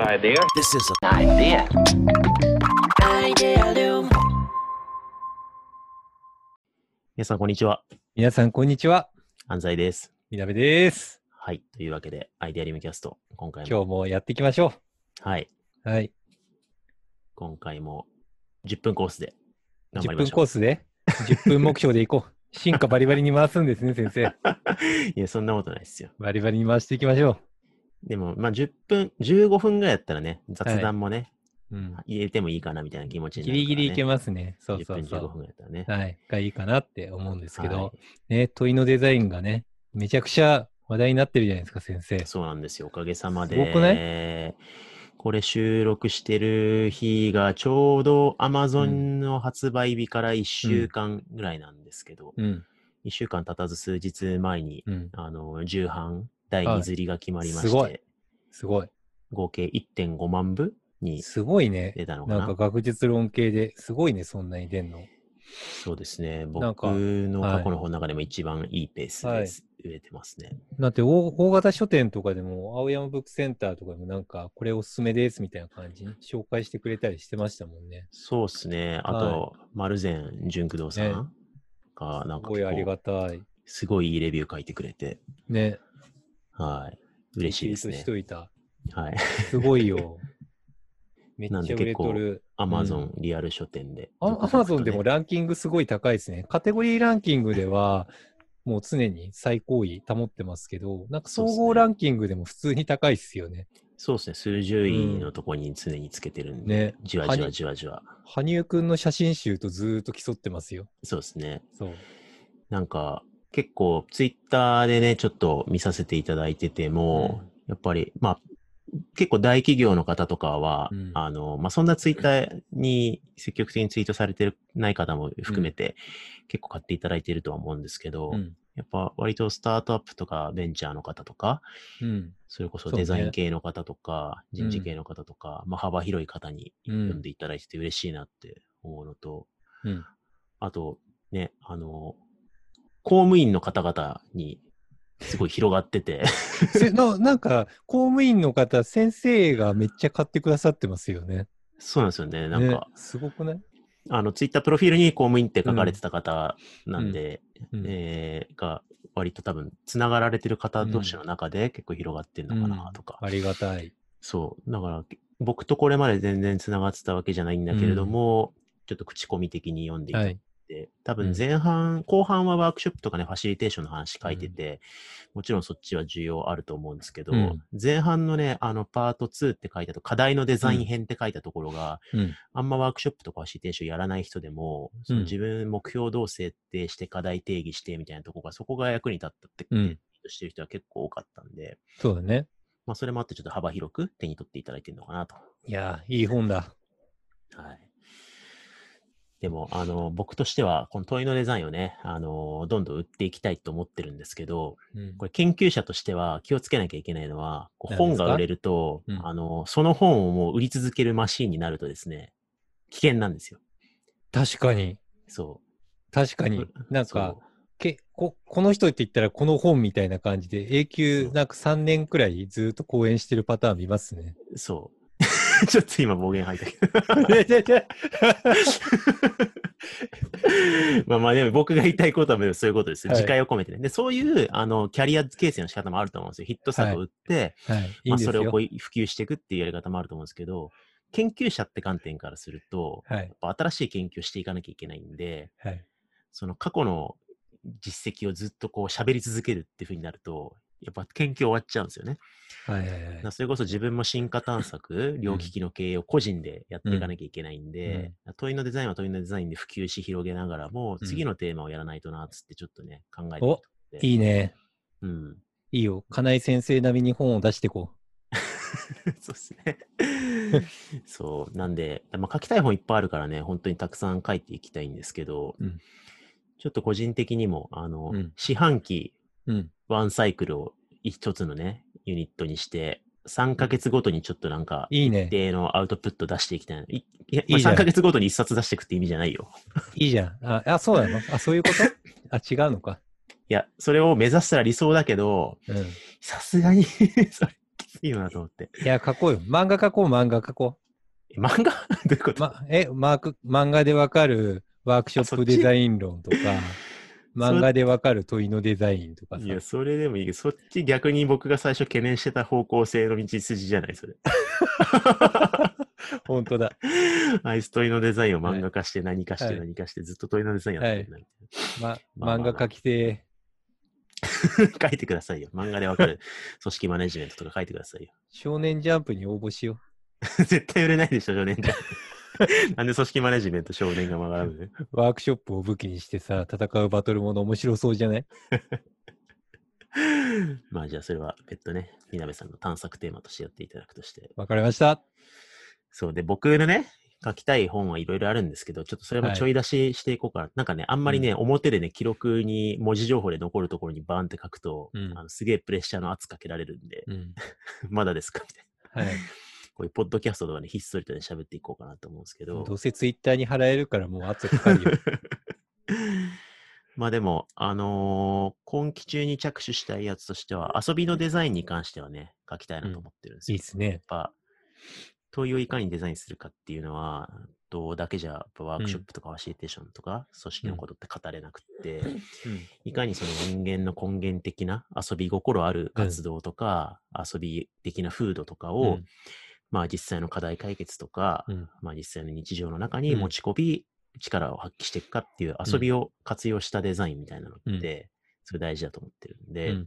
Idea. This is a Idea. 皆さん、こんにちは。皆さん、こんにちは。安西です。みなべです。はい。というわけで、アイデアリウムキャスト、今回も、今日もやっていきましょはい。う。はい。今回も、10分コースで頑張10りま分しコょう。ースで、10分目標で いこう。進化バリバリに回すんですね、先生。いや、そんなことないですよ。バリバリに回していきましょでも、まあ、10分、15分ぐらいやったらね、雑談もね、う。うん。入れてもいいかなみたいな気持ちにギなるリギリいけまますね。そう10そう分、そ15分う。ぐらいやったらね。はい。がいいかなって思うんですけど、はね、問いのデザインがね、めちゃくちゃ話題になってるじゃないですか、先生い。。そうなんですよ。おかげさますごくなで、これ収録してる日がちょうど Amazon の発売日から1週間ぐらいなんですけど、うん。 1週間経たず数日前に、うん。あの、重版第は2い釣りが決まりまして、すごいすごい。合計1.5万部にすごいね。出たのかなな。んか学術論系ですごいね、そんなに出んの。そうですね。僕なんかのはい過去の本の中でも一番いいペースはいです、売れてますね。だって大大型書店とかでも、青山ブックセンターとかでもなんか、これおすすめですみたいな感じに紹介してくれたりしてましたもんね。そうですね。あと、丸善純駆動さんが、なんすかごいあり結構がたい。すごいいいレビュー書いてくれて、ね。はい。嬉しいですリツイートしね。といた。はい。すごいよ。めっ なんちでゃ売れとる。 Amazon リアル書店で。あアマゾンでもラランキングすごい高いですね。カテゴリーランキングでは、もう常に最高位保ってますけど、なんかそ総うっすね合ランキングでも普通に高いっすよね。そうですね。数十位のとこに常につけてるんで、ね。じわじわじわじわ。羽生くんの写真集とずーっと競ってますよ。そうですね。そう。なんか、結構、ツイッターでね、ちょっと見させていただいてても、やっぱり、まあ、結構大企業の方とかは、うんあの、まあ、そんなツイッターに積極的にツイートされてない方も含めて、結構買っていただいているとは思うんですけど、うん。やっぱ割とスタートアップとかベンチャーの方とか、うん。それこそそうねデザイン系の方とか、人事うん系の方とか、まあ、幅広い方にう読んん。でいただいてて嬉しいなって思うのと、うんあと、ね、あの、公務員の方々にすごい広がってて、 せな なんか、公務員の方、先生がめっちゃ買ってくださってますよね。そうなんですよね。なんかね、すごくないあの、ツイッタープロフィールに公務員って書かれてた方なんで、うんえーが、割と多分、つながられてる方同士の中で結構広がってるのかなとか。ありがたい。そう。だから、僕とこれまで全然つながってたわけじゃないんだけれども、ちょっと口コミ的に読んでいたはい。って、多う分ん前半、後半はワークショップとかね、ファシリテーションの話書いてて、もちろんそっちは重要あると思うんですけど、うん前半のね、あの、パート2って書いたと、課題のデザイン編って書いたところが、うん。あんまワークショップとかファシリテーションやらない人でも、その自分目標どう設定して課題定義してみたいなとこが、そこが役に立ったって、うんしてる人は結構多かったんで、そうだね。まあ、それもあってちょっと幅広く手に取っていただいてるのかなと。いやー、いい本だ。はい。でも、あの、僕としては、この問いのデザインをね、あの、どんどん売っていきたいと思ってるんですけど、うんこれ研究者としては気をつけなきゃいけないのは、こう何本ですかが売れると、うんあの、その本をもう売り続けるマシーンになるとですね、危険なんですよ。確かに。そ確かう。に。なんかそ、けここの人って言ったらこの本みたいな感じで、永そ久うなんか3年くらいずーっと講演してるパターン見ますね。う。そう。 ちょっと今暴言 吐いたけど。 いやいやいやまあまあでも僕が言いたいことはそういうことです。はい自戒を込めてね。で、そういうあのキャリア形成の仕方もあると思うんですよ。ヒット作を売って、はい。いいまんあ、ですそれをよこ。う普及していくっていうやり方もあると思うんですけど、研究者って観点からすると、はい。やっぱ新しい研究をしていかなきゃいけないんで、はい。その過去の実績をずっとこう喋り続けるっていうふうになると、やっぱ研究終わっちゃうんですよね。はいはいはいだからそれこそ自分も進化探索、両利きの経営を個人でやっていかなきゃいけないんで、問いのデザインは問いのデザインで普及し広げながらも、うん次のテーマをやらないとなっつってちょっとね、考えておいいね。うんいいよ。金井先生並みに本を出してこ そうですね。そう。なんで、まあ、書きたい本いっぱいあるからね、本当にたくさん書いていきたいんですけど、うんちょっと個人的にも、あの、うん四半期う。うん。ワンサイクルを一つのね、ユニットにして、3ヶ月ごとにちょっとなんか、いいね一。定のアウトプット出していきたい。いいやまあいいじゃん3ヶ月ごとに1冊出していくって意味じゃないよ。いいじゃん。あ、あそうなのあ、そういうことあ、違うのか。 いや、それを目指したら理想だけど、うん。さすがに、それきついいのだと思って。いや、書こうよ。漫画書こう、漫画書こえ漫画 どういうこう。と、ま、え、マーク、漫画でわかるワークショあッそプっちデザイン論 とか、漫画でわかる問いのデザインとかさい。や、それでもいいけど、そっち逆に僕が最初懸念してた方向性の道筋じゃ ない、それ。本当だ。アイス問いのデザインを漫画化して何化しはてい何化してずっと問いのデザインやってるな、ま、まあ漫まあ画書きてみたいな 書いてくださいよ。漫画でわか る組織マネジメントとか書いてくださいよ。 え、少年ジャンプに応募しよ絶対売れないでしょ、少年 じゃ。なんで組織マネジメント少年が学ぶう。ワークショップを武器にしてさ、戦うバトルもの面白そうじゃないのまあじゃあそれは別途ね、みなべさんの探索テーマとしてやっていただくとして。わかりました。そうで、僕のね、書きたい本はいろいろあるんですけど、ちょっとそれもちょい出ししていこうかな。なんかね、あんまりね、表でね、記録に文字情報で残るところにバーンって書くと、うんあのすげえプレッシャーの圧かけられるんで、 うん。まだですかみたいな。はい。こういうポッドキャストとかね、ひっそりとね、喋っていこうかなと思うんですけど。どうせツイッターに払えるからもう圧かかるよ。まあでも、あのー今期中に着手したいやつとしては、遊びのデザインに関してはね、書きたいなと思ってるんですいいよ。っすね。やっぱ、問いをいかにデザインするかっていうのは、どうだけじゃ、やっぱワークショップとかファシリテーションとか、組織のことって語れなくって、いかにその人間の根源的な遊び心ある活動とか、遊び的な風土とかを、うんまあ実際の課題解決とか、うんまあ実際の日常の中にうん持ち込み、力を発揮していくかっていう遊びを活用したデザインみたいなのうっんて、それ大事だと思ってるんうで、ん。ま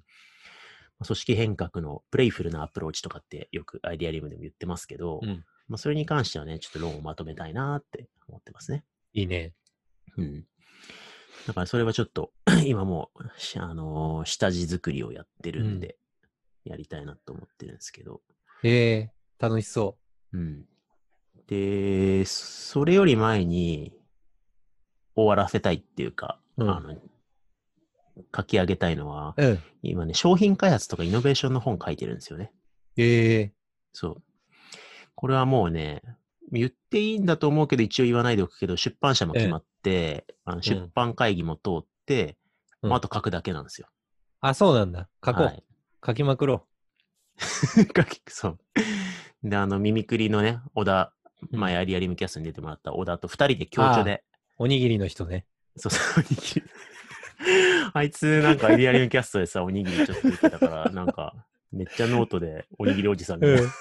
あ組織変革のプレイフルなアプローチとかってよくアイデアリウムでも言ってますけど、うんまあそれに関してはね、ちょっと論をまとめたいなって思ってますね。いいね。うん。だからそれはちょっと、 今もう、しあのー下地作りをやってるんで、やりたいなと思ってるんですけど。えー、楽しそうん。で、それより前に、終わらせたいっていうか、うんあの、書き上げたいのは、う。うん。今ね、商品開発とかイノベーションの本書いてるんですよね。えそう。これはもうね、言っていいんだと思うけど、一応言わないでおくけど、出版社も決まって、あの出版会議も通って、うんまあ、あと書くだけなんですよ。あ、そうなんだ。書こう。はい 書きまくろ書きそう。で、あの、耳くりのね、小田、前、アリアリムキャストに出てもらった小田と二人で協調で、う。おにぎりの人ね。そうそう、おにぎり。 あいつ、なんか、アリアリムキャストでさ、おにぎりちょっと言ってたから、なんか、めっちゃノートで、おにぎりおじさんみたいな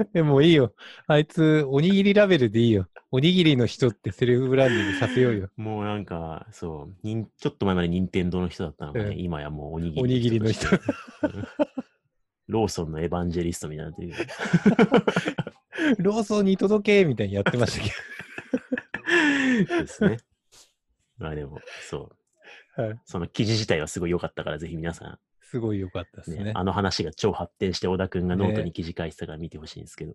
うん。 でもいいよ。あいつ、おにぎりラベルでいいよ。おにぎりの人ってセルフブランディングさせよう よ。 もうなんか、そう、にんちょっと前まで任天堂の人だったのがね、うん今やもうおにぎり。おにぎりの人。うん ローソンのエヴァンジェリストみたいになってる。ローソンに届けみたいにやってましたけですね。 まあでも、そう。ど。はいその記事自体はすごい良かったから、ぜひ皆さすごい良かったですん、ねね。あの話が超発展して、小田くんがノートに記事返したから見てほしいんですけど。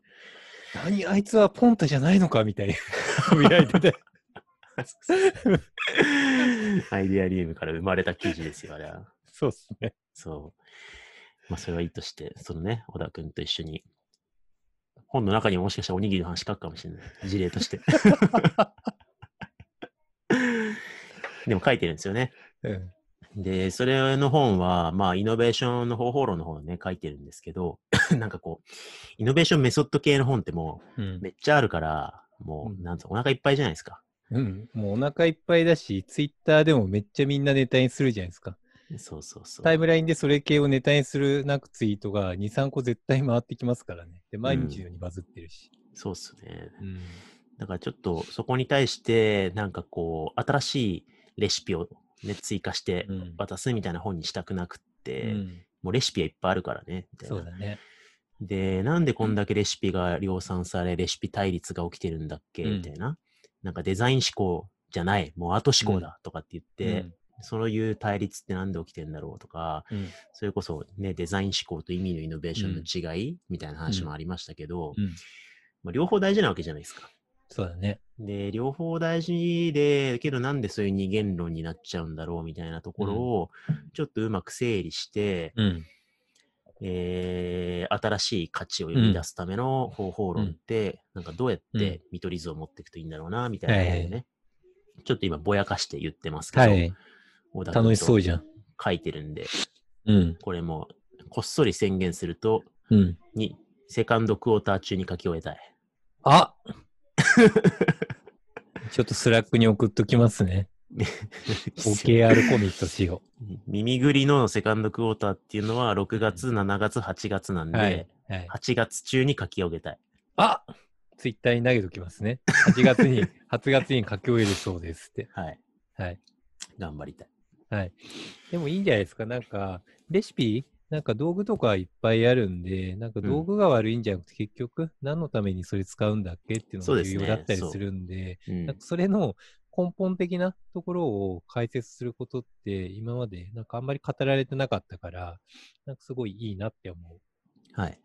何あいつはポンタじゃないのかみた いにつぶやいてて。アイデアリウムから生まれた記事ですよ、あれは。そうっすね。そう。まあ、それはいいとして、そのね、小田君と一緒に、本の中にももしかしたらおにぎりの話書くかもしれない。事例として。 でも書いてるんですよね。うん。で、それの本は、まあ、イノベーションの方法論の方をね、書いてるんですけど、 なんかこう、イノベーションメソッド系の本ってもうんう、めっちゃあるから、もうう、んなんとお腹いっぱいじゃないですか。うん、もうお腹いっぱいだし、ツイッターでもめっちゃみんなネタにするじゃないですか。そうそうそう。タイムラインでそれ系をネタにするなくツイートが2、3個絶対回ってきますからね。で、毎日のようにバズってるし。そうっすね。うん。だからちょっとそこに対して、なんかこう、新しいレシピを、ね、追加してうん渡すみたいな本にしたくなくって、うんもうレシピはいっぱいあるからね、みたいそうな。だね。で、なんでこんだけレシピが量産され、レシピ対立が起きてるんだっけ、うんみたいな。なんかデザイン思考じゃない、もうアート思考だとかって言って、そういう対立ってなんで起きてんだろうとか、うん、うんそれこそね、デザイン思考と意味のイノベーションの違い、みたいな話もありましたけど、うんまあ、両方大事なわけじゃないですか。そうだね。で、両方大事で、けどなんでそういう二元論になっちゃうんだろうみたいなところを、ちょっとうまく整理して、うん。えー新しい価値を生み出すための方法論って、なんかどうやって見取り図を持っていくといいんだろうな、みたいなことをね、ちょっと今ぼやかして言ってますけど、はい。小田君と楽しそうじゃん。書いてるんで、うん。これもこっそり宣言すると、うん。にセカンドクォーター中に書き終えたい。あ ちょっとスラックに送っときますね。OKR コミットしよ耳ぐりのセカンドクォーターっていうのは6月、7月、8月なんう。で、はい。はい、 8月中に書き上げたい。あツイッターに投げときますね。8月に、8月に書き終えるそうですって。はい。はい。頑張りたい。でもいいんじゃないですか。なんか、レシピなんか道具とかいっぱいあるんで、なんか道具が悪いんじゃなくて、結局何のためにそれ使うんだっけっていうのそうがです重ね要だったりそうするんで、うんなんかそれの根本的なところを解説することって、今までなんかあんまり語られてなかったから、なんかすごいいいなって思う。はい。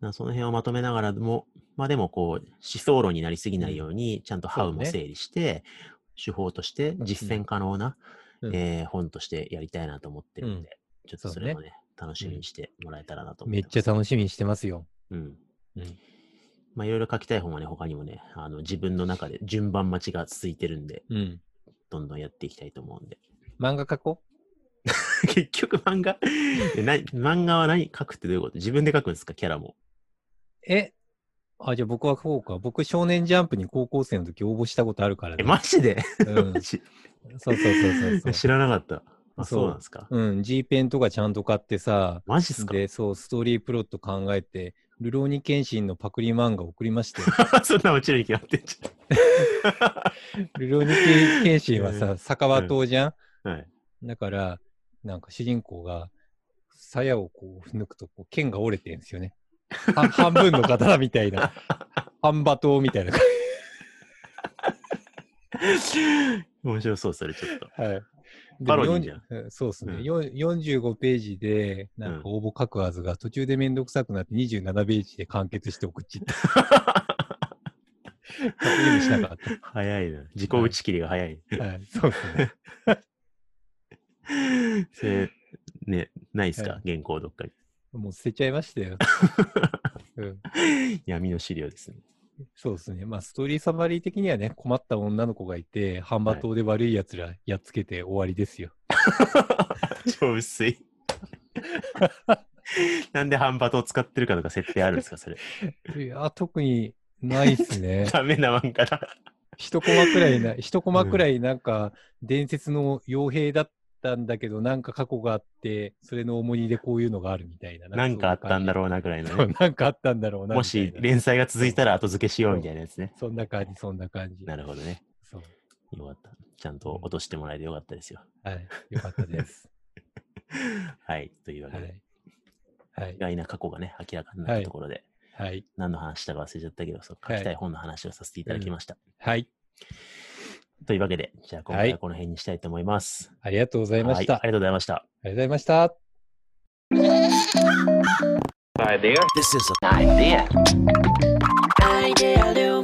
なその辺をまとめながらも、まあでもこう、思想論になりすぎないように、ちゃんとハウも整理して、手法として実践可能な、うんえー本としてやりたいなと思ってるんで、ちょっとそれもそね、楽しみにしてもらえたらなと思めいっます。ちゃ楽しみにしてますよ。うん。うんまあいろいろ書きたい本はね、他にもね、あの自分の中で順番待ちが続いてるんで、うん。どんどんやっていきたいと思うんで。 漫画描こ結局漫画えな漫画は何書くってどういうこと自分で書くんですかキャラも。う。えあ、じゃあ僕はこうか。僕、少年ジャンプに高校生の時応募したことあるからえ、ね。マジで、う んマ、ジそうそうそうそうそ知らなかった。あ、そうそうなんですか。う。うん、G ペンとかちゃんと買ってさ、マジっすかで、そう、ストーリープロット考えて、ルローニケンシンのパクリ漫画送りま したよ。 そんな落ちるに決まってんじルローニケンケンシンはうさ、酒場島じゃん、ゃん。はい。だから、なんか主人公が、鞘をこう抜くとこう、剣が折れてるんですよね。は半分の刀みたい な、半馬刀みたいな。面白そう、それちょっと。はい。でパロディじゃん40うん。そうですうね、んよん45ページで、なんか応募書くはずが、途中でめんどくさくなって27ページで完結して送 っちゃった。意味しなかっ早いな。自己打ち切りが早い。た。はい。そうですね。それ、ね、ないっすか、は原稿どっかに。もう捨てちゃいましたよ。うん、闇の資料ですね。そうですね。まあ、ストーリーサバリー的にはね、困った女の子がいて、半馬島で悪い奴らやっつけて終わりですよ。超薄い。なんで半端を使ってるかとか設定あるんですか、それ。。い、や、特にないですねダメな漫画だ。 一コマくら いな、一コマくらいなんか、伝説の傭兵だったんだけど、なんか過去があって、それの重荷でこういうのがあるみたいな。なんかあったんだろうなぐらいその、ういうね。感じ。 そうなんかあったんだろう なもみたいしな。連載が続いたら後付けしようみたいなやつね。そんな感じ、そんな感じ。なるほどね。そう。よかった。ちゃんと落としてもらえてよかったですよ。はい。よかっ たです。はい。というわはけで、い。はい意。外な過去がね、明らかになったところで、はい。何の話したか忘れちゃったけど、そう書きたい本の話をさせていただきました。はい。というわけで、じゃあ今は回いはこの辺にしたいと思います。ありがとうござはいました。ありがとうございました。ありがとうございました。 idea. This is an idea. Idea.